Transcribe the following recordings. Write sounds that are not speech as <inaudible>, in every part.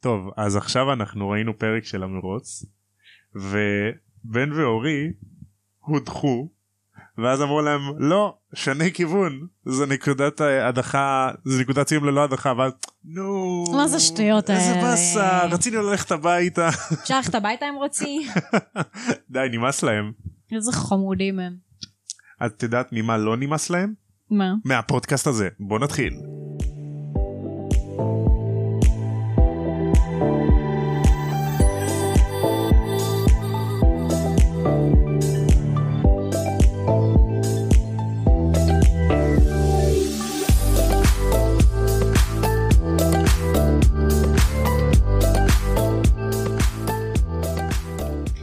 טוב אז עכשיו אנחנו ראינו פרק של המרוץ ובן ואורי הודחו ואז אמרו להם לא שני כיוון זה נקודת ההדחה זה נקודת סיום ללא הדחה ואז נו מה זה השטויות איזה האלה?" באסה רצינו ללכת הביתה <laughs> אפשר ללכת הביתה אם רוצים? די נמאס להם איזה חמודים הם. את יודעת ממה לא נמאס להם מה? מהפודקאסט הזה בוא נתחיל.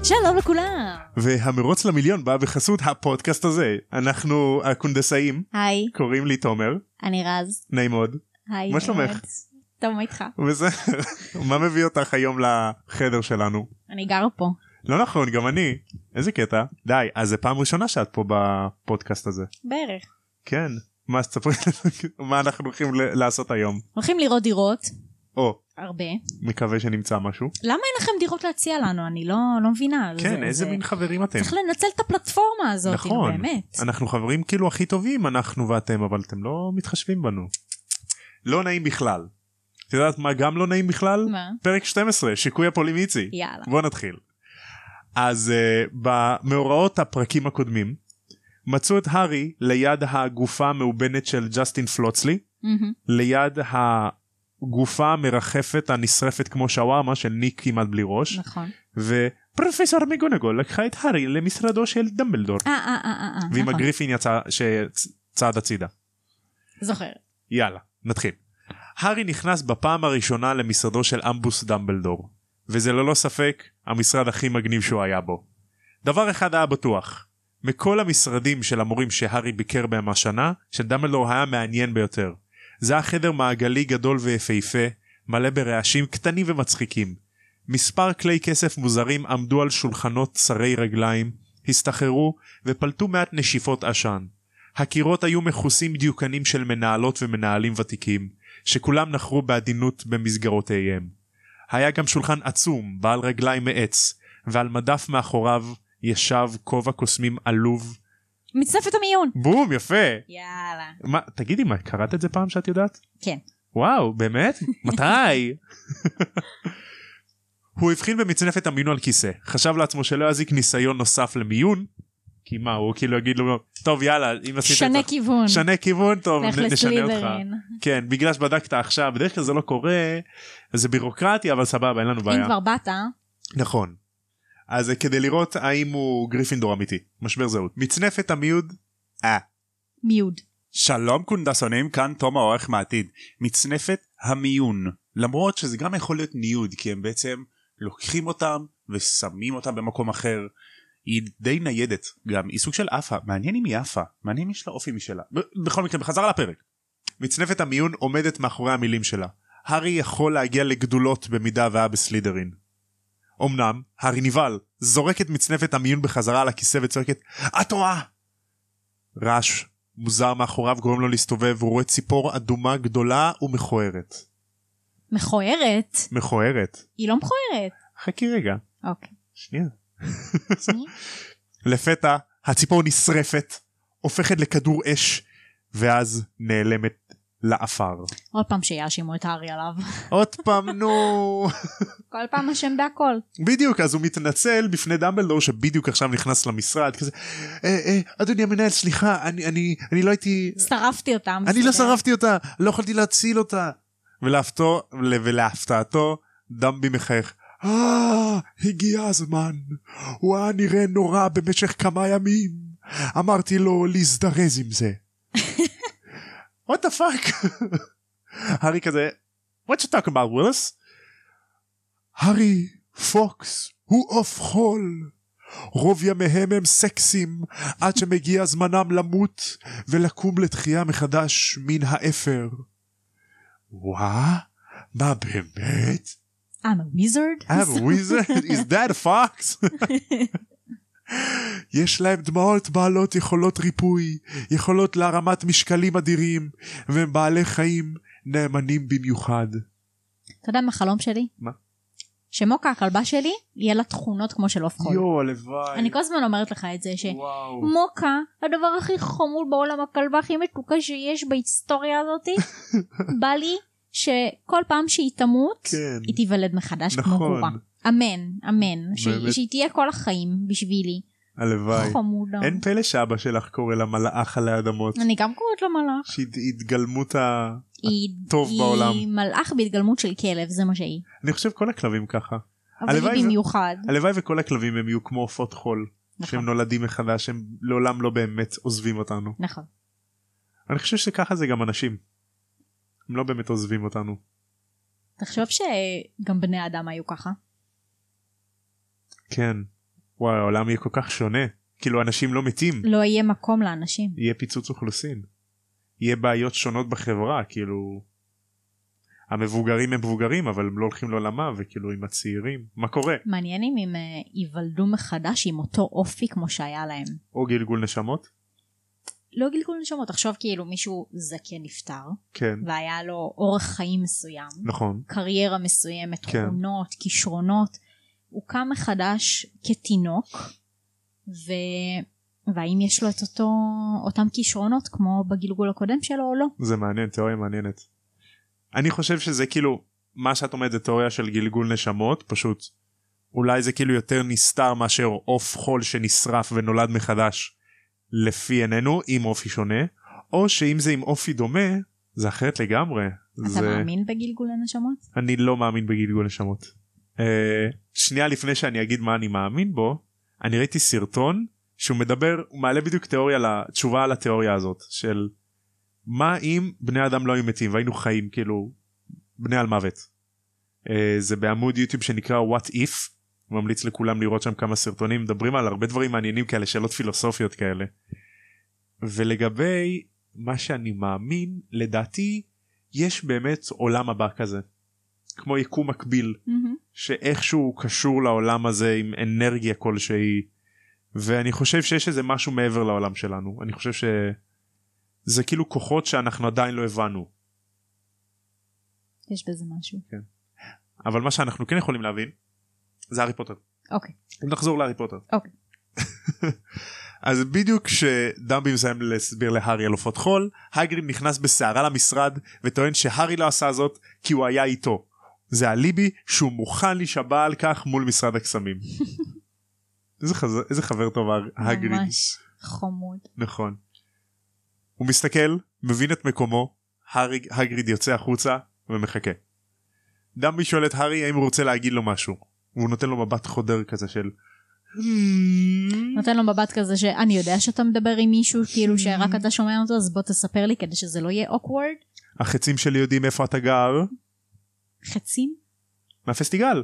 שלום לכולם! והמרוץ למיליון בא בחסות הפודקאסט הזה. אנחנו הקונדסאים, היי, קוראים לי תומר, אני רז. נעים מאוד, היי. מה שלומך? ארז. טוב, מה איתך? בסדר. מה מביא אותך היום לחדר שלנו? אני גרה פה. לא נכון, גם אני. איזה קטע. די, אז זו פעם ראשונה שאת פה בפודקאסט הזה. בערך. כן. מה, אז תספרי לנו מה אנחנו הולכים ל- לעשות היום. הולכים לראות דירות. או, הרבה. מקווה שנמצא משהו. למה אין לכם דירות להציע לנו? אני לא, לא מבינה. כן, זה- איזה זה- מין חברים אתם. צריך לנצל את הפלטפורמה הזאת, נכון. נכון. באמת. אנחנו חברים כאילו הכי טובים אנחנו ואתם אבל אתם לא מתחשבים בנו. לא נעים בכלל. את יודעת מה גם לא נעים בכלל? מה? פרק 12 שיקוי הפולימיצי. <laughs> יאללה. בוא נתחיל. אז uh, במאורעות הפרקים הקודמים מצאו את הארי ליד הגופה המאובנת של ג'סטין פלוצלי מהמם. ליד הגופה המרחפת הנשרפת כמו שווארמה של ניק כמעט בלי ראש נכון. ופרופסור מגונגול לקחה את הארי למשרדו של דמבלדור. אה, אה, אה, אה, אה, ועם נכון. הגריפין יצא שצעד הצידה. זוכר. יאללה, נתחיל. הארי נכנס בפעם הראשונה למשרדו של אמבוס דמבלדור, וזה ללא ספק המשרד הכי מגניב שהוא היה בו. דבר אחד היה בטוח, מכל המשרדים של המורים שהארי ביקר בהם השנה, שדמבלדור היה מעניין ביותר. זה היה חדר מעגלי גדול ויפהפה, מלא ברעשים קטנים ומצחיקים. מספר כלי כסף מוזרים עמדו על שולחנות צרי רגליים, הסתחררו ופלטו מעט נשיפות עשן. הקירות היו מכוסים דיוקנים של מנהלות ומנהלים ותיקים, שכולם נחרו בעדינות במסגרותיהם. היה גם שולחן עצום, בעל רגליים מעץ, ועל מדף מאחוריו ישב כובע קוסמים עלוב. מצטרפת המיון. בום, יפה! יאללה. מה, תגידי, מה, קראת את זה פעם שאת יודעת? כן. וואו, באמת? מתי? <laughs> הוא הבחין במצנפת המיון על כיסא, חשב לעצמו שלא יזיק ניסיון נוסף למיון, כי מה, הוא כאילו יגיד לו, טוב יאללה, אם עשית את זה... שנה כיוון. שנה כיוון טוב נכון. לך נ- נשנה אותך לסלידרין. כן בגלל שבדקת עכשיו בדרך כלל זה לא קורה אז זה בירוקרטי אבל סבבה אין לנו אם בעיה כבר באת, נכון אז זה כדי לראות האם הוא גריפינדור אמיתי משבר זהות מצנפת המיוד אה מיוד. שלום קונדסונים, כאן תום העורך מהעתיד. מצנפת המיון. למרות שזה גם יכול להיות ניוד, כי הם בעצם לוקחים אותם ושמים אותם במקום אחר. היא די ניידת, גם היא סוג של עפה. מעניין אם היא עפה, מעניין אם יש לה אופי משלה. ב- בכל מקרה, בחזרה לפרק. מצנפת המיון עומדת מאחורי המילים שלה הארי יכול להגיע לגדולות במידה והיה בסלידרין אמנם הארי נבהל זורק את מצנפת המיון בחזרה על הכיסא וצועקת את רואה רעש מוזר מאחוריו גורם לו להסתובב והוא רואה ציפור אדומה גדולה ומכוערת מכוערת? מכוערת. היא לא מכוערת. חכי רגע. אוקיי. שנייה. שנייה. לפתע הציפור נשרפת, הופכת לכדור אש, ואז נעלמת לעפר. עוד פעם שיאשימו את הארי עליו. עוד פעם נו. כל פעם אשם בהכל. בדיוק אז הוא מתנצל בפני דמבלדור שבדיוק עכשיו נכנס למשרד כזה אה, אה, אדוני המנהל סליחה אני אני אני לא הייתי שרפתי אותם. אני לא בסדר. שרפתי אותה לא יכולתי להציל אותה. ולהפתו, ולהפתעתו דמבי מחייך. אה, הגיע הזמן. הוא היה נראה נורא במשך כמה ימים. אמרתי לו להזדרז עם זה. וואט דה פאק. <laughs> הארי כזה, what you talking about ווילס? הארי, פוקס, הוא עוף חול. רוב ימיהם הם סקסים עד שמגיע זמנם למות ולקום לתחייה מחדש מן האפר. וואה? מה באמת? I'm a wizard? I'm a wizard? Is that a <laughs> fox? יש להם דמעות בעלות יכולות ריפוי, יכולות להרמת משקלים אדירים, והם בעלי חיים נאמנים במיוחד. אתה יודע מה החלום שלי? מה? שמוקה הכלבה שלי יהיה לה תכונות כמו של עוף חול. יואו הלוואי. נכון. אני כל הזמן אומרת לך את זה ש... וואו. מוקה, הדבר הכי חמוד בעולם, הכלבה הכי מתוקה שיש בהיסטוריה הזאתי, <laughs> בא לי שכל פעם שהיא תמות, כן. היא תיוולד מחדש כמו נכון. גורה. אמן, אמן, ש- באמת. שהיא תהיה כל החיים בשבילי. הלוואי. לא חמודה. אין פלא שאבא שלך קורא לה מלאך על האדמות. אני גם קוראת לו מלאך. שהיא התגלמות ה... היא אה, טוב היא בעולם. מלאך בהתגלמות של כלב, זה מה שהיא. אני חושב כל הכלבים ככה. אבל הלוואי היא ו- במיוחד. הלוואי וכל הכלבים הם יהיו כמו עופות חול. שהם נכון. נולדים מחדש הם לעולם לא באמת עוזבים אותנו. נכון. אני חושב שככה זה גם אנשים. הם לא באמת עוזבים אותנו. תחשוב שגם בני אדם היו ככה. כן. וואי העולם יהיה כל כך שונה. כאילו אנשים לא מתים. לא יהיה מקום לאנשים. יהיה פיצוץ אוכלוסין. יהיה בעיות שונות בחברה כאילו. המבוגרים הם מבוגרים אבל הם לא הולכים לעולמה וכאילו עם הצעירים מה קורה מעניין אם הם אה, ייוולדו מחדש עם אותו אופי כמו שהיה להם. או גלגול נשמות לא גלגול נשמות, תחשוב כאילו מישהו זקן נפטר, כן והיה לו אורח חיים מסוים, נכון קריירה מסוימת, כן. תכונות, כישרונות, הוא קם מחדש כתינוק, ו... והאם יש לו את אותו, אותם כישרונות כמו בגלגול הקודם שלו או לא? זה מעניין תיאוריה מעניינת. אני חושב שזה כאילו מה שאת אומרת זה תיאוריה של גלגול נשמות פשוט אולי זה כאילו יותר נסתר מאשר עוף חול שנשרף ונולד מחדש לפי עינינו עם אופי שונה או שאם זה עם אופי דומה זה אחרת לגמרי. אתה זה... מאמין בגלגול הנשמות? אני לא מאמין בגלגול נשמות. Uh, שנייה לפני שאני אגיד מה אני מאמין בו, אני ראיתי סרטון שהוא מדבר, הוא מעלה בדיוק תיאוריה, תשובה על התיאוריה הזאת של מה אם בני אדם לא היו מתים והיינו חיים כאילו בני על מוות. Uh, זה בעמוד יוטיוב שנקרא What If, ממליץ לכולם לראות שם כמה סרטונים, מדברים על הרבה דברים מעניינים כאלה, שאלות פילוסופיות כאלה. ולגבי מה שאני מאמין, לדעתי יש באמת עולם הבא כזה. כמו יקום מקביל שאיכשהו הוא קשור לעולם הזה עם אנרגיה כלשהי ואני חושב שיש איזה משהו מעבר לעולם שלנו אני חושב שזה כאילו כוחות שאנחנו עדיין לא הבנו יש בזה משהו. אבל מה שאנחנו כן יכולים להבין זה הארי פוטר אוקיי. אם נחזור להארי פוטר. אוקיי. <laughs> אז בדיוק כשדמבי מסיים להסביר להארי על עופות חול, הגריד נכנס בסערה למשרד וטוען שהארי לא עשה זאת כי הוא היה איתו. זה אליבי שהוא מוכן להישבע על כך מול משרד <laughs> הקסמים. איזה, חז... איזה חבר טוב הג- הגריד. ממש חמוד. נכון. הוא מסתכל, מבין את מקומו, הארי, הגריד יוצא החוצה ומחכה. דמבי שואל את הארי האם הוא רוצה להגיד לו משהו. והוא נותן לו מבט חודר כזה של... "Hmm." נותן לו מבט כזה שאני יודע שאתה מדבר עם מישהו כאילו שרק אתה שומע אותו אז בוא תספר לי כדי שזה לא יהיה אוקוורד. החצים שלי יודעים איפה אתה גר חצים? מהפסטיגל.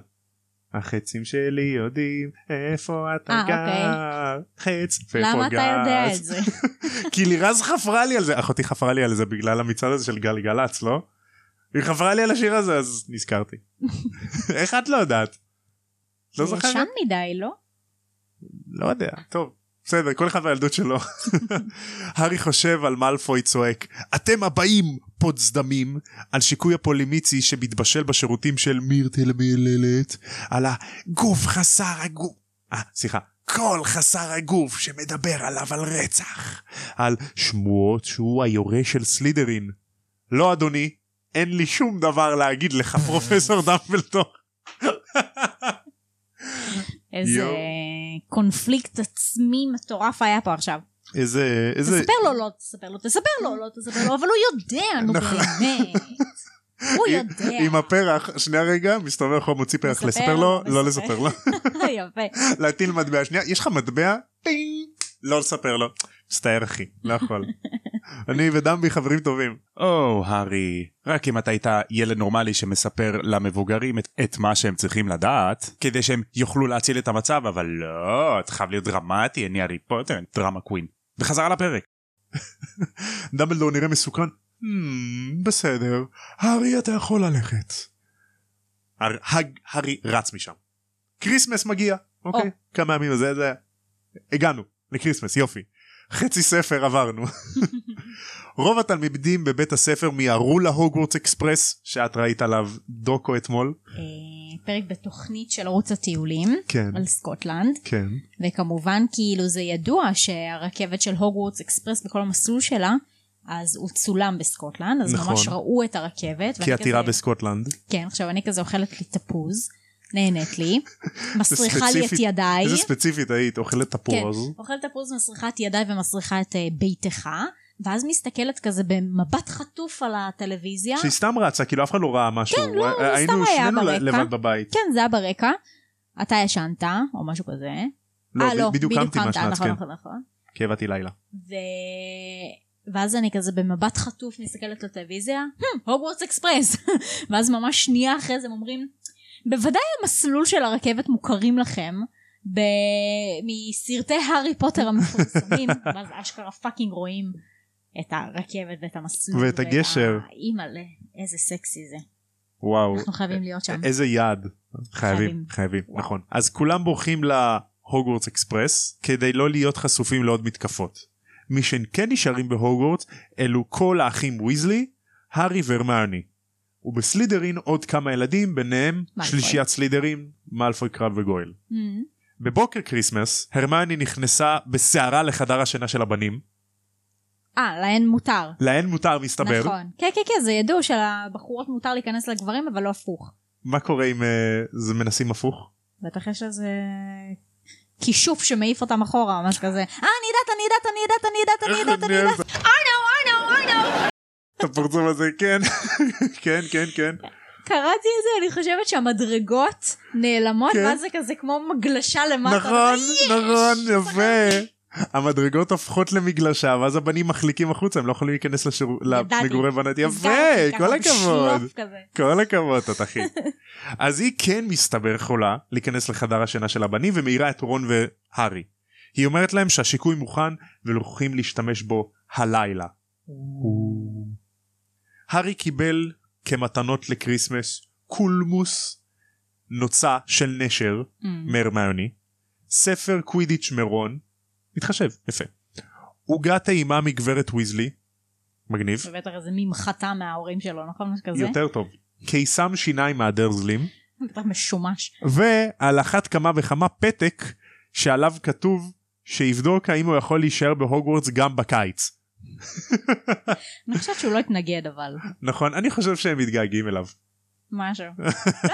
החצים שלי יודעים איפה אתה אה, גר. חץ ואיפה גז. למה אתה יודע את זה? כי לירז חפרה לי על זה, אחותי חפרה לי על זה בגלל המצעד הזה של גל גלצ, לא? היא חפרה לי על השיר הזה אז נזכרתי. איך את לא יודעת? לא זה זוכרת? ישן מדי, לא? לא יודע. טוב, בסדר, כל אחד והילדות שלו. <laughs> הארי חושב על מאלפוי צועק, אתם הבאים, פוץ דמים, על שיקוי הפולימיצי שמתבשל בשירותים של מירטל מיללת, על הגוף חסר הגוף, אה, סליחה. כל חסר הגוף שמדבר עליו על רצח, על שמועות שהוא היורה של סלידרין. לא אדוני, אין לי שום דבר להגיד לך <laughs> פרופסור דמבלדור. איזה יואו. קונפליקט עצמי מטורף היה פה עכשיו. איזה, איזה, תספר לו, לא תספר לו, תספר לו, לא תספר לו, אבל הוא יודע, נו נכון. באמת. הוא עם- יודע. עם הפרח, שנייה רגע, מסתובב אחורה, מוציא פרח, מספר לספר לו, לו, לא מספר. לספר לו, <laughs> יפה. להטיל מטבע, שנייה, יש לך מטבע? טינג! לא לספר לו. מצטער אחי, לא יכול. אני ודמבי חברים טובים. או, הארי, רק אם אתה היית ילד נורמלי שמספר למבוגרים את, את מה שהם צריכים לדעת, כדי שהם יוכלו להציל את המצב, אבל לא, אתה חייב להיות דרמטי, אני הארי פוטר, דרמה קווין. וחזרה לפרק. <laughs> דמבלדור נראה מסוכן. "Hmm, בסדר, הארי אתה יכול ללכת. הר- הג- הארי רץ משם. כריסמס מגיע, אוקיי? כמה <laughs> ימים זה, זה... הגענו לקריסמס, יופי. חצי ספר עברנו. רוב התלמידים בבית הספר מיהרו להוגוורטס אקספרס שאת ראית עליו דוקו אתמול. אה, פרק בתוכנית של ערוץ הטיולים כן. על סקוטלנד כן. וכמובן כאילו זה ידוע שהרכבת של הוגוורטס אקספרס בכל המסלול שלה אז הוא צולם בסקוטלנד אז נכון. ממש ראו את הרכבת. כי ואני עתירה כזה- בסקוטלנד. כן עכשיו אני כזה אוכלת לי תפוז נהנית לי <laughs> זה מסריחה לי את ספציפית- ידיי. איזה ספציפית היית אוכלת תפוז. כן, אוכלת תפוז מסריחה את ידיי ומסריחה את אה, ביתך ואז מסתכלת כזה במבט חטוף על הטלוויזיה. שהיא סתם רצה כאילו אף אחד לא ראה משהו. כן, לא, זה היינו סתם היה שנינו ברקע. לבד בבית. כן זה היה ברקע. אתה ישנת או משהו כזה. לא, אה, ב- בדיוק קמתי מהשנץ, נכון כן. נכון נכון. כי הבאתי לילה. ו... ואז אני כזה במבט חטוף מסתכלת לטלוויזיה, "הם, הוגוורטס אקספרס. <laughs> ואז ממש שנייה אחרי זה הם אומרים, בוודאי המסלול של הרכבת מוכרים לכם ב... מסרטי הארי <laughs> פוטר המפורסמים, ואז אשכרה פאקינג רואים את הרכבת ואת המסלול. ואת הגשר. אימא'לה, איזה סקסי זה. וואו. אנחנו חייבים להיות שם. איזה יעד. חייבים, כן. חייבים. חייבים, וואו. נכון. אז כולם בורחים להוגוורטס אקספרס כדי לא להיות חשופים לעוד מתקפות. מי שכן נשארים בהוגוורטס אלו כל האחים ויזלי, הארי והרמיוני. ובסלידרין עוד כמה ילדים, ביניהם מאלפוי. שלישיית סלידרים, מאלפוי קרב וגואל. אמ, בבוקר כריסמס, הרמיוני נכנסה בסערה לחדר השינה של הבנים. אה, להן מותר. להן מותר מסתבר. נכון. כן, כן, כן, זה ידוע שלבחורות מותר להיכנס לגברים, אבל לא הפוך. מה קורה אם אה, זה מנסים הפוך? בטח יש איזה כישוף שמעיף אותם אחורה, ממש כזה. אה, אני יודעת, אני יודעת, אני יודעת, אני יודעת, אני יודעת, אני יודעת. I know, I know, I know. את הפרצוף הזה, כן, <laughs> כן, כן, כן. קראתי את זה, אני חושבת שהמדרגות נעלמות, כן. ואז זה כזה כמו מגלשה למטה. נכון, יש! נכון, יפה. המדרגות הופכות למגלשה, ואז הבנים מחליקים החוצה, הם לא יכולים להיכנס לשור- ידעתי. למגורי בנות. הסגרתי יפה, ככה כל הכבוד. בשלוף כזה. כל הכבוד, תותחי. <laughs> אז היא כן מסתבר יכולה להיכנס לחדר השינה של הבנים ומעירה את רון והארי. היא אומרת להם שהשיקוי מוכן ולוכחים להשתמש בו הלילה. הארי קיבל כמתנות לקריסמס קולמוס נוצה של נשר אמ, מהרמיוני, ספר קווידיץ' מרון, מתחשב, יפה, עוגת טעימה מגברת ויזלי, מגניב, זה בטח איזה ממחטה מההורים שלו, נכון? משהו כזה. יותר טוב, קיסם שיניים מהדרזלים, בטח משומש. ועל אחת כמה וכמה פתק שעליו כתוב שיבדוק האם הוא יכול להישאר בהוגוורטס גם בקיץ. אני חושבת שהוא לא התנגד, אבל. נכון? אני חושב שהם מתגעגעים אליו. משהו. לא,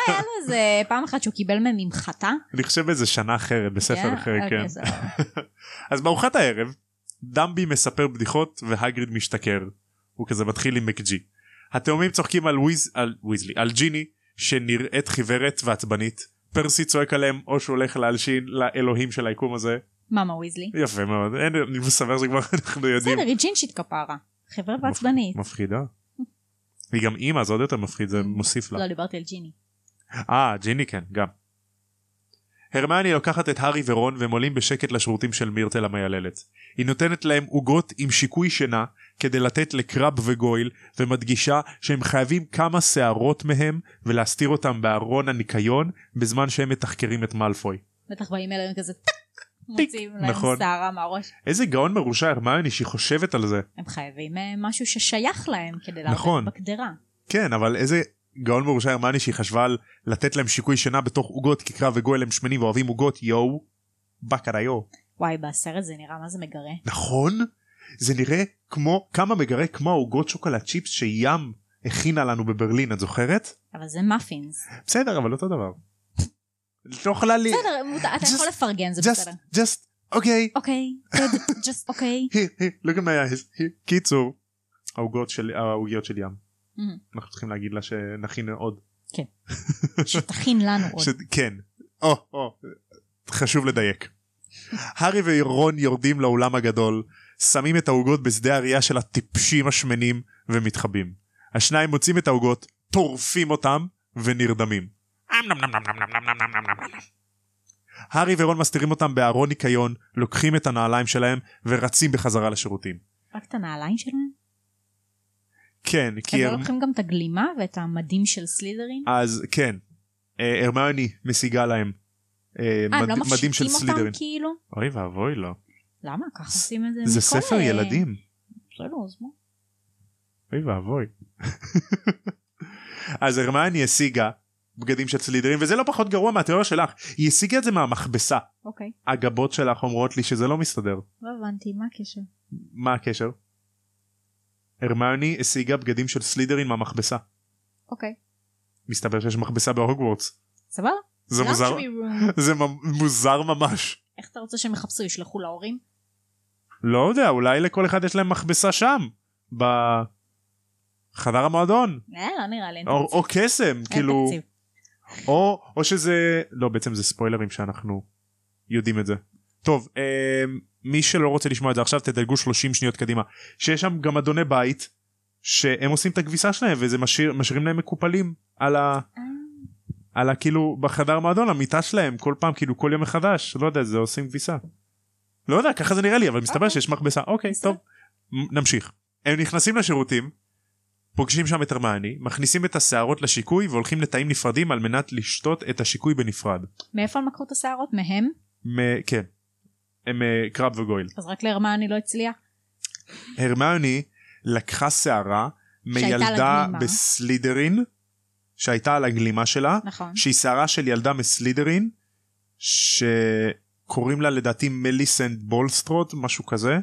היה לו <laughs> איזה פעם אחת שהוא קיבל מהם ממחטה. אני חושב איזה שנה אחרת, בספר כן? אחר, אוקיי, כן. סבבה. <laughs> אז בארוחת הערב, דמבי מספר בדיחות והגריד משתכר. הוא כזה מתחיל עם מקג'י. התאומים צוחקים על, וויז, על ויזלי, על ג'יני, שנראית חיוורת ועצבנית. פרסי צועק עליהם או שהוא הולך להלשין לאלוהים של היקום הזה. מאמה ויזלי. יפה מאוד, אין, אני מסבר שכבר <laughs> אנחנו יודעים. בסדר, היא ג'ינשית כפרה. חברה ועצבנית. מפחידה. היא גם אימא, זה עוד יותר מפחיד, זה מוסיף לה. לא, דיברתי על ג'יני. אה, ג'יני כן, גם. הרמני לוקחת את הארי ורון והם עולים בשקט לשירותים של מירטל המייללת. היא נותנת להם עוגות עם שיקוי שינה כדי לתת לקרב וגויל ומדגישה שהם חייבים כמה שערות מהם ולהסתיר אותם בארון הניקיון בזמן שהם מתחקרים את מאלפוי. בטח באים אלינו כזה טק, מוצאים להם נכון. שערה מהראש. איזה גאון מרושע הרמני שהיא חושבת על זה. הם חייבים אה, משהו ששייך להם כדי נכון. לעבוד בקדרה. כן, אבל איזה גאון מרושע הרמני שהיא חשבה על לתת להם שיקוי שינה בתוך עוגות כי קרב וגויל הם שמנים ואוהבים עוגות יואו. בקריו. וואי, בסרט זה נראה מה זה מגרה. נכון? זה נראה כמו כמה מגרה כמו העוגות שוקולד צ'יפס שים הכינה לנו בברלין את זוכרת? אבל זה מאפינס. בסדר אבל אותו דבר. לא יכולה לי... בסדר, מותר- אתה Just- יכול לפרגן, זה just, בסדר. just, אוקיי. אוקיי, good, just אוקיי. <laughs> Here, here, look at my eyes. Here. קיצור, העוגות של, העוגיות של ים. אמ, אנחנו צריכים להגיד לה שנכין עוד. <laughs> שתכין לנו עוד. ש... כן. או, או. חשוב לדייק. הארי ורון יורדים לאולם הגדול, שמים את העוגות בשדה הראייה של הטיפשים השמנים ומתחבאים. השניים מוצאים את העוגות, טורפים אותם ונרדמים. אמ, הארי ורון מסתירים אותם בארון ניקיון, לוקחים את הנעליים שלהם ורצים בחזרה לשירותים. רק את הנעליים שלהם? כן, הם כי... לא הרמ- לוקחים גם את הגלימה ואת המדים של סלידרין? אז כן, אה, הרמיוני משיגה להם אה, אה, הם לא מד- מדים של מפשיטים סלידרין. אותם כאילו? אוי ואבוי לו. למה? ככה עושים את זה? זה מכל- אה, ספר ילדים. בסדר, אז מה? אוי ואבוי. <laughs> אז הרמני השיגה בגדים של סלידרים וזה לא פחות גרוע מהתיאוריה שלך היא השיגה את זה מהמכבסה אוקיי, הגבות שלך אומרות לי שזה לא מסתדר לא הבנתי, מה הקשר? מה הקשר? הרמיוני השיגה בגדים של סלידרין מהמכבסה אוקיי, מסתבר שיש מכבסה בהוגוורטס סבבה? זה מוזר Luxury room. <laughs> זה מ- מוזר ממש איך אתה רוצה שהם יחפשו? ישלחו להורים? לא יודע אולי לכל אחד יש להם מכבסה שם בחדר המועדון אה, לא נראה לי. אין או, תקציב. או קסם אין כאילו תקציב. או, או שזה לא בעצם זה ספוילרים שאנחנו יודעים את זה. טוב אה, מי שלא רוצה לשמוע את זה עכשיו תדלגו 30 שניות קדימה שיש שם גם אדוני בית שהם עושים את הכביסה שלהם וזה משאיר משאירים להם מקופלים על ה... אה, על ה... כאילו בחדר מועדון המיטה שלהם כל פעם כאילו כל יום מחדש לא יודע זה עושים כביסה. לא יודע ככה זה נראה לי אבל מסתבר אוקיי. שיש מכבסה אוקיי בסדר. טוב מ- נמשיך. הם נכנסים לשירותים פוגשים שם את הרמני מכניסים את השערות לשיקוי והולכים לתאים נפרדים על מנת לשתות את השיקוי בנפרד. מאיפה הם לקחו את השערות? מהם? מ- כן. הם אה, קרב וגויל. אז רק להרמני לא הצליח? הרמיוני לקחה שערה שהייתה על מילדה הגלימה. בסלידרין שהייתה על הגלימה שלה נכון. שהיא שערה של ילדה מסלידרין שקוראים לה לדעתי מליסנד בולסטרוט משהו כזה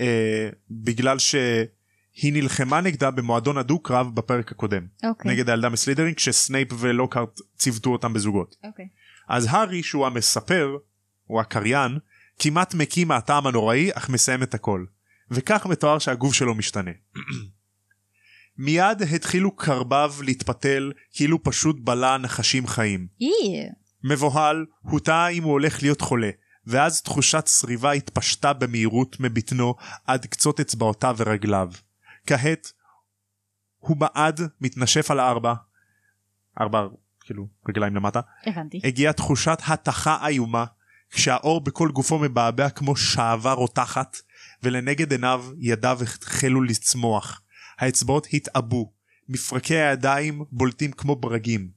אה, בגלל שהיא נלחמה נגדה במועדון הדו-קרב בפרק הקודם אוקיי. נגד הילדה מסלידרין כשסנייפ ולוקארט ציוותו אותם בזוגות אוקיי. אז הארי שהוא המספר הוא הקריין כמעט מקיא מהטעם הנוראי אך מסיים את הכל וכך מתואר שהגוף שלו משתנה. <clears throat> מיד התחילו קרביו להתפתל כאילו פשוט בלע נחשים חיים. אי, מבוהל הוא טעה אם הוא הולך להיות חולה ואז תחושת צריבה התפשטה במהירות מבטנו עד קצות אצבעותיו ורגליו. כעת הוא בעד מתנשף על הארבע ארבע כאילו רגליים למטה הבנתי. הגיעה תחושת התכה איומה, כשהאור בכל גופו מבעבע כמו שעבה רותחת, ולנגד עיניו ידיו החלו לצמוח. האצבעות התעבו, מפרקי הידיים בולטים כמו ברגים.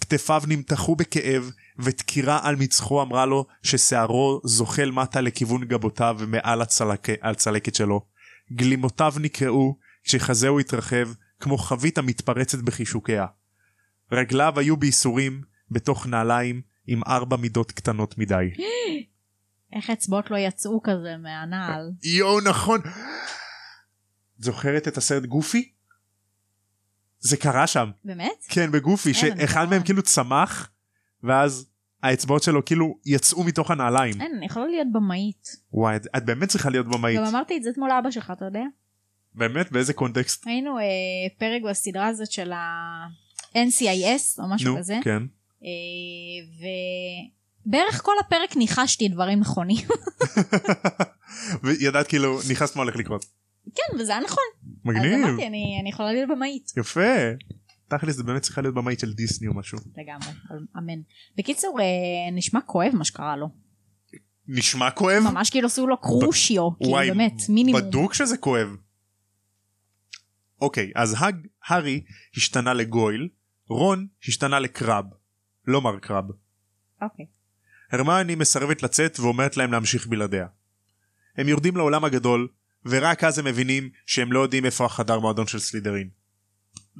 כתפיו נמתחו בכאב, ודקירה על מצחו אמרה לו ששערו זוחל מטה לכיוון גבותיו ומעל הצלק... הצלקת שלו. גלימותיו נקרעו, כשחזהו התרחב, כמו חבית המתפרצת בחישוקיה. רגליו היו בייסורים, בתוך נעליים עם ארבע מידות קטנות מדי. איך האצבעות לא יצאו כזה מהנעל? יואו נכון. את זוכרת את הסרט גופי? זה קרה שם. באמת? כן בגופי אין, אני שאחד לא מהם רואה. כאילו צמח ואז האצבעות שלו כאילו יצאו מתוך הנעליים. אין, אני יכולה להיות במאית. וואי את- את באמת צריכה להיות במאית. גם אמרתי את זה אתמול לאבא שלך, אתה יודע? באמת באיזה קונטקסט? ראינו אה, פרק בסדרה הזאת של ה-NCIS או משהו נו כזה, כן. <laughs> אה, ובערך כל הפרק ניחשתי דברים נכונים. <laughs> וידעת כאילו נכנסת מה הולך לקרות. כן, וזה היה נכון. אז מגניב. אמרתי, אני, אני יכולה להיות במאית. יפה. תכלס זה באמת צריכה להיות במאית של דיסני או משהו. לגמרי, אמן. בקיצור, אה, נשמע כואב מה שקרה לו. נשמע כואב? ממש כאילו עשו לו קרושיו, כאילו וואי, באמת, מינימום. בדוק שזה כואב. אוקיי, אז הג, הארי השתנה לגויל, רון השתנה לקרב, לא מר קרב. אוקיי. הרמיוני מסרבת לצאת ואומרת להם להמשיך בלעדיה. הם יורדים לעולם הגדול, ורק אז הם מבינים שהם לא יודעים איפה החדר מועדון של סלידרין.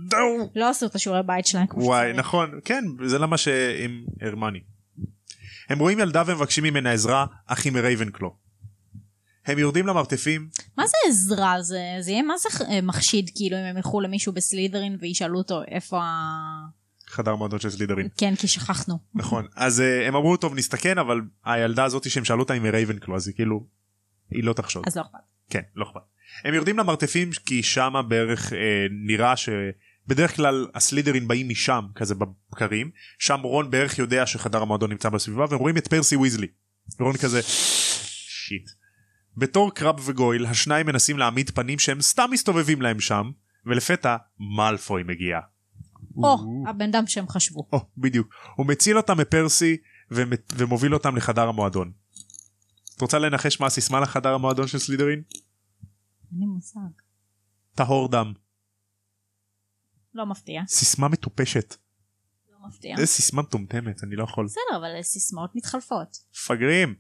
דאו! לא עשו את השיעורי בית שלהם כמו וואי, שצריך. נכון, כן, זה למה שהם הרמני. הם רואים ילדה ומבקשים ממנה עזרה, אך היא מרייבנקלו. הם יורדים למרתפים, מה זה עזרה? זה, זה יהיה מה זה ח- אה, מחשיד כאילו אם הם ילכו למישהו בסלידרין וישאלו אותו איפה ה... חדר מועדון של סלידרין. כן, כי שכחנו. נכון אז אה, הם אמרו טוב נסתכן אבל הילדה הזאת שהם שאלו אותה אם היא רייבנקלו אז היא כאילו היא לא תחשוד אז לא אכפת. כן לא אכפת. הם יורדים למרתפים כי שמה בערך אה, נראה שבדרך כלל הסלידרים באים משם כזה בבקרים שם רון בערך יודע שחדר המועדון נמצא בסביבה והם רואים את פרסי ויזלי. רון כזה שיט. בתור קרב וגויל השניים מנסים להעמיד פנים שהם סתם מסתובבים להם שם ולפתע מאלפוי מגיע. או, הבן אדם שהם חשבו. או, בדיוק. הוא מציל אותם מפרסי ומת- ומוביל אותם לחדר המועדון. את רוצה לנחש מה הסיסמה לחדר המועדון של סלידרין? אין לי מושג. טהור דם. לא מפתיע. סיסמה מטופשת. לא מפתיע. איזה סיסמה מטומטמת, אני לא יכול. בסדר, אבל סיסמאות מתחלפות. מפגרים.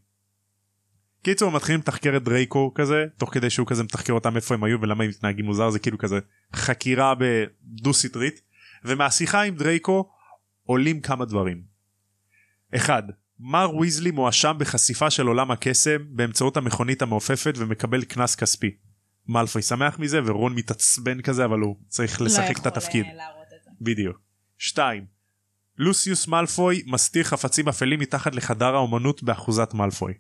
קיצור מתחילים לתחקר את דרייקו כזה תוך כדי שהוא כזה מתחקר אותם איפה הם היו ולמה הם מתנהגים מוזר זה כאילו כזה חקירה בדו סטרית ומהשיחה עם דרייקו עולים כמה דברים. אחד מר ויזלי מואשם בחשיפה של עולם הקסם באמצעות המכונית המעופפת ומקבל קנס כספי. מאלפוי שמח מזה ורון מתעצבן כזה אבל הוא צריך לשחק את התפקיד. לא יכול אה, להראות את זה. בדיוק. 2. לוסיוס מאלפוי מסתיר חפצים אפלים מתחת לחדר האומנות באחוזת מאלפוי.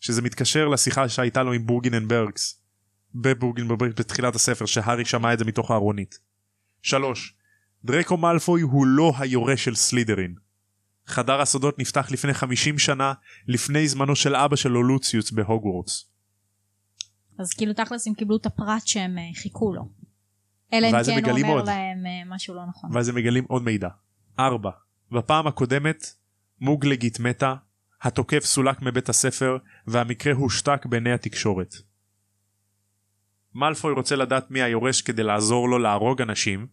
שזה מתקשר לשיחה שהייתה לו עם בורגינן ברגס. בבורגינן ברגס בתחילת הספר שהארי שמע את זה מתוך הארונית. 3. דרקו מאלפוי הוא לא היורש של סלידרין. חדר הסודות נפתח לפני 50 שנה לפני זמנו של אבא שלו לוציוס בהוגוורטס. אז כאילו תכלס הם קיבלו את הפרט שהם אה, חיכו לו. אלא אם ואז הם כן הוא מגלים אומר עוד. להם אה, משהו לא נכון. ואז הם מגלים עוד מידע. 4. בפעם הקודמת מוגלגית מתה, התוקף סולק מבית הספר והמקרה הושתק בעיני התקשורת. מאלפוי רוצה לדעת מי היורש כדי לעזור לו להרוג אנשים.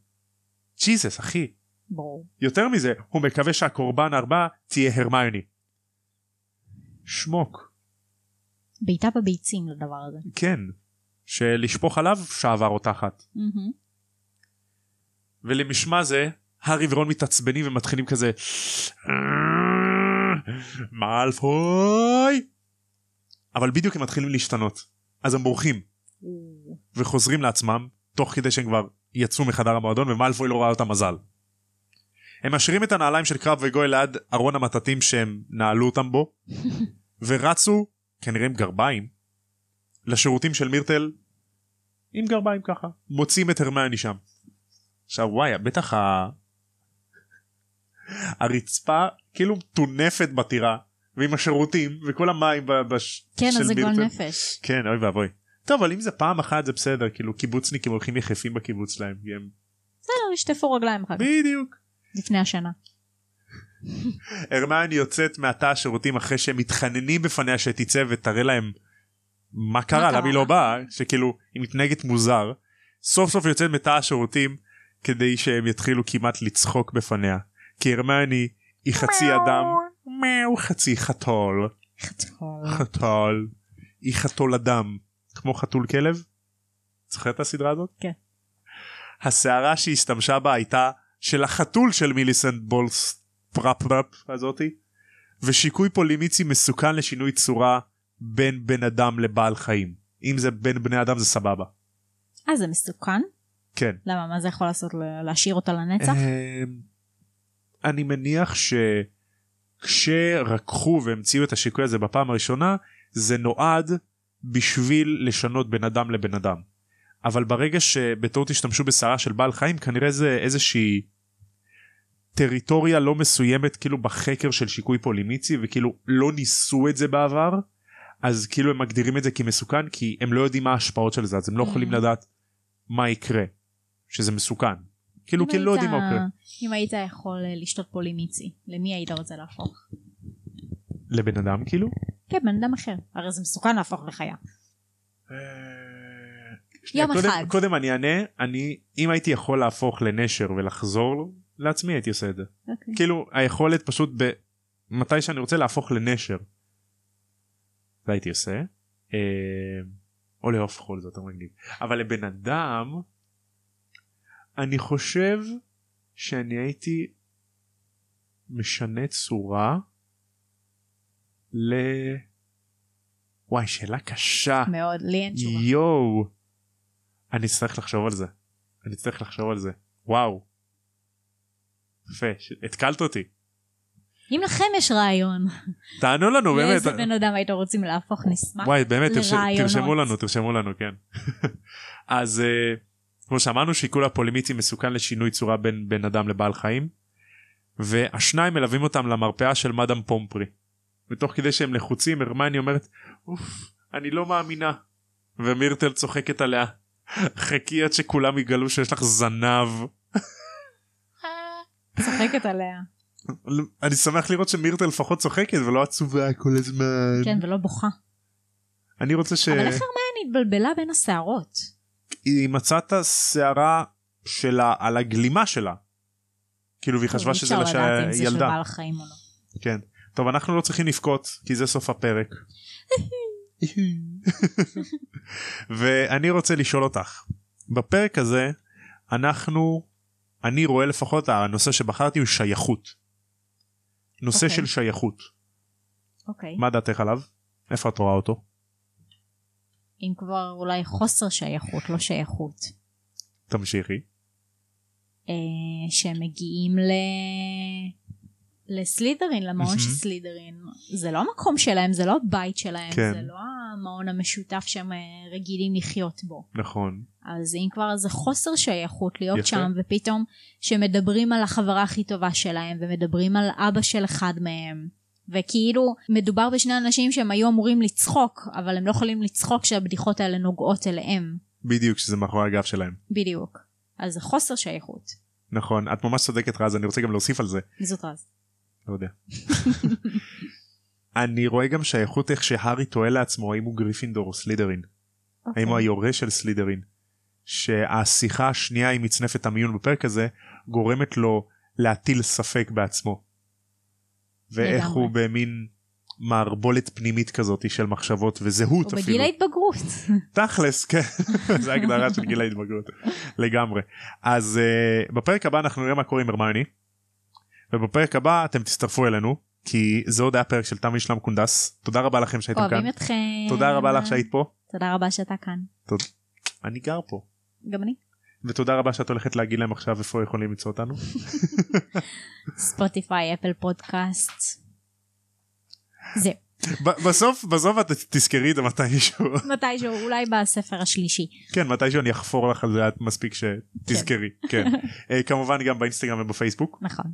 ג'יזס אחי. ברור. יותר מזה, הוא מקווה שהקורבן הבא תהיה הרמיוני. שמוק. בעיטה בביצים לדבר הזה. כן. שלשפוך עליו שעבר או תחת. מהמם. ולמשמע זה הארי ורון מתעצבנים ומתחילים כזה "אה, מאלפוי אבל בדיוק הם מתחילים להשתנות אז הם בורחים וחוזרים לעצמם תוך כדי שהם כבר יצאו מחדר המועדון ומאלפוי לא ראה אותם מזל. הם משאירים את הנעליים של קרב וגוי ליד ארון המטאטים שהם נעלו אותם בו <laughs> ורצו כנראה עם גרביים לשירותים של מירטל עם גרביים ככה מוצאים את הרמיוני שם. עכשיו וואי בטח ה... הרצפה כאילו מטונפת בטירה ועם השירותים וכל המים ב- בש... כן, של אז זה גועל מירטל. נפש. כן אוי ואבוי. טוב אבל אם זה פעם אחת זה בסדר כאילו קיבוצניקים הולכים יחפים בקיבוץ שלהם כי הם בסדר, ישטפו רגליים אחר כך, בדיוק. לפני השנה. הרמיוני יוצאת מהתא השירותים אחרי שהם מתחננים בפניה שתצא ותראה להם מה קרה קרה? למה היא לא באה שכאילו היא מתנהגת מוזר. סוף סוף יוצאת מתא השירותים כדי שהם יתחילו כמעט לצחוק בפניה כי הרמיוני היא חצי אדם מאו חצי חתול חתול היא חתול אדם כמו חתול כלב. זוכר את הסדרה הזאת? כן. הסערה שהשתמשה בה הייתה של החתול של מיליסנד בולס פראפ פראפ הזאתי ושיקוי פולימיצי מסוכן לשינוי צורה בין בן אדם לבעל חיים אם זה בין בני אדם זה סבבה אה, זה מסוכן? כן. למה, מה זה יכול לעשות? ל- להשאיר אותה לנצח? אמ, אני מניח שכשרקחו והמציאו את השיקוי הזה בפעם הראשונה זה נועד בשביל לשנות בין אדם לבן אדם. אבל ברגע שבטעות השתמשו בשערה של בעל חיים כנראה זה איזושהי טריטוריה לא מסוימת כאילו בחקר של שיקוי פולימיצי וכאילו לא ניסו את זה בעבר אז כאילו הם מגדירים את זה כמסוכן כי הם לא יודעים מה ההשפעות של זה אז הם לא יכולים Mm. לדעת מה יקרה שזה מסוכן כאילו אם כי לא היית- יודעים מה יקרה אם היית יכול אה, לשתות פולימיצי, למי היית רוצה להפוך? לבן אדם כאילו כן, בן אדם אחר. הרי זה מסוכן להפוך לחיה. שנייה, אה, יום אה, קודם, אחד. קודם אני אענה אני אם הייתי יכול להפוך לנשר ולחזור לעצמי הייתי עושה את זה אוקיי. כאילו היכולת פשוט ב... מתי שאני רוצה להפוך לנשר. זה הייתי עושה. אה, או לעוף חול זה יותר מגניב. אבל לבן אדם אני חושב שאני הייתי משנה צורה ל... וואי שאלה קשה. מאוד, לי אין תשובה. יואו. אני אצטרך לחשוב על זה. אני אצטרך לחשוב על זה. וואו. יפה, ש- התקלת אותי. אם לכם יש רעיון, תענו לנו באמת. לאיזה בן אדם הייתם רוצים להפוך, נשמח. וואי באמת תרש- לרעיונות. תרשמו לנו תרשמו לנו כן. <laughs> אז אה, כמו שאמרנו שיקול הפולימיטי מסוכן לשינוי צורה בין בן אדם לבעל חיים. והשניים מלווים אותם למרפאה של מאדם פומפרי. ותוך כדי שהם לחוצים הרמני אומרת אוף אני לא מאמינה. ומירטל צוחקת עליה. <laughs> חכי עד שכולם יגלו שיש לך זנב. צוחקת עליה. אני שמח לראות שמירטל לפחות צוחקת ולא עצובה כל הזמן. כן, ולא בוכה. אני רוצה ש... אבל איך הרמיון התבלבלה בין השערות? היא מצאה את השערה שלה על הגלימה שלה. כאילו והיא חשבה שזה אי לה אפשר לדעת לא אם זה של שהילדה. <laughs> בעל חיים או לא. כן. טוב אנחנו לא צריכים לבכות כי זה סוף הפרק. ואני רוצה לשאול אותך בפרק הזה אנחנו אני רואה לפחות הנושא שבחרתי הוא שייכות. נושא okay. אוקיי. של שייכות אוקיי. מה דעתך עליו איפה את רואה אותו אם כבר אולי חוסר שייכות, לא שייכות. תמשיכי אה, שהם מגיעים ל... לסלידרין, למעון מהמם. של סלידרין. זה לא המקום שלהם, זה לא הבית שלהם, כן. זה לא המעון המשותף שהם אה, רגילים לחיות בו. נכון אז אם כבר זה חוסר שייכות להיות יפה. יפה. שם, ופתאום שמדברים על החברה הכי טובה שלהם, ומדברים על אבא של אחד מהם, וכאילו מדובר בשני אנשים שהם היו אמורים לצחוק, אבל הם לא יכולים לצחוק כשהבדיחות האלה נוגעות אליהם. בדיוק שזה מאחורי הגב שלהם בדיוק. אז זה חוסר שייכות. נכון את ממש צודקת רז אני רוצה גם להוסיף על זה זאת רז. לא יודע. <laughs> אני רואה גם שייכות איך שהארי תוהה לעצמו האם הוא גריפינדור או סלידרין האם אוקיי. הוא היורה של סלידרין. שהשיחה השנייה עם מצנפת המיון בפרק הזה גורמת לו להטיל ספק בעצמו. ואיך לגמרי. הוא במין מערבולת פנימית כזאת של מחשבות וזהות הוא אפילו. בגיל <laughs> ההתבגרות. תכלס כן <laughs> זה הגדרה של גיל ההתבגרות לגמרי אז uh, בפרק הבא אנחנו נראה מה קורה עם הרמיוני ובפרק הבא אתם תצטרפו אלינו כי זה עוד היה פרק של תם וישלם קונדס תודה רבה לכם שהייתם כאן אוהבים אתכם. תודה רבה לך שהיית פה תודה רבה שאתה כאן. אני גר פה גם אני. ותודה רבה שאת הולכת להגיד להם עכשיו איפה יכולים למצוא אותנו ספוטיפיי, אפל פודקאסט. זהו. ב- בסוף בסוף את תזכרי את זה מתישהו <laughs> מתישהו, אולי בספר השלישי. כן מתישהו אני אחפור לך על זה את מספיק שתזכרי כן אה, כמובן גם באינסטגרם ובפייסבוק נכון.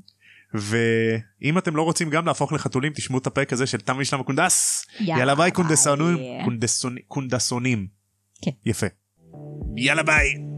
ואם אתם לא רוצים גם להפוך לחתולים תשמעו את הפרק הזה של תם וישלם הקונדס יאללה ביי קונדסונים קונדסונים כן. יפה יאללה ביי.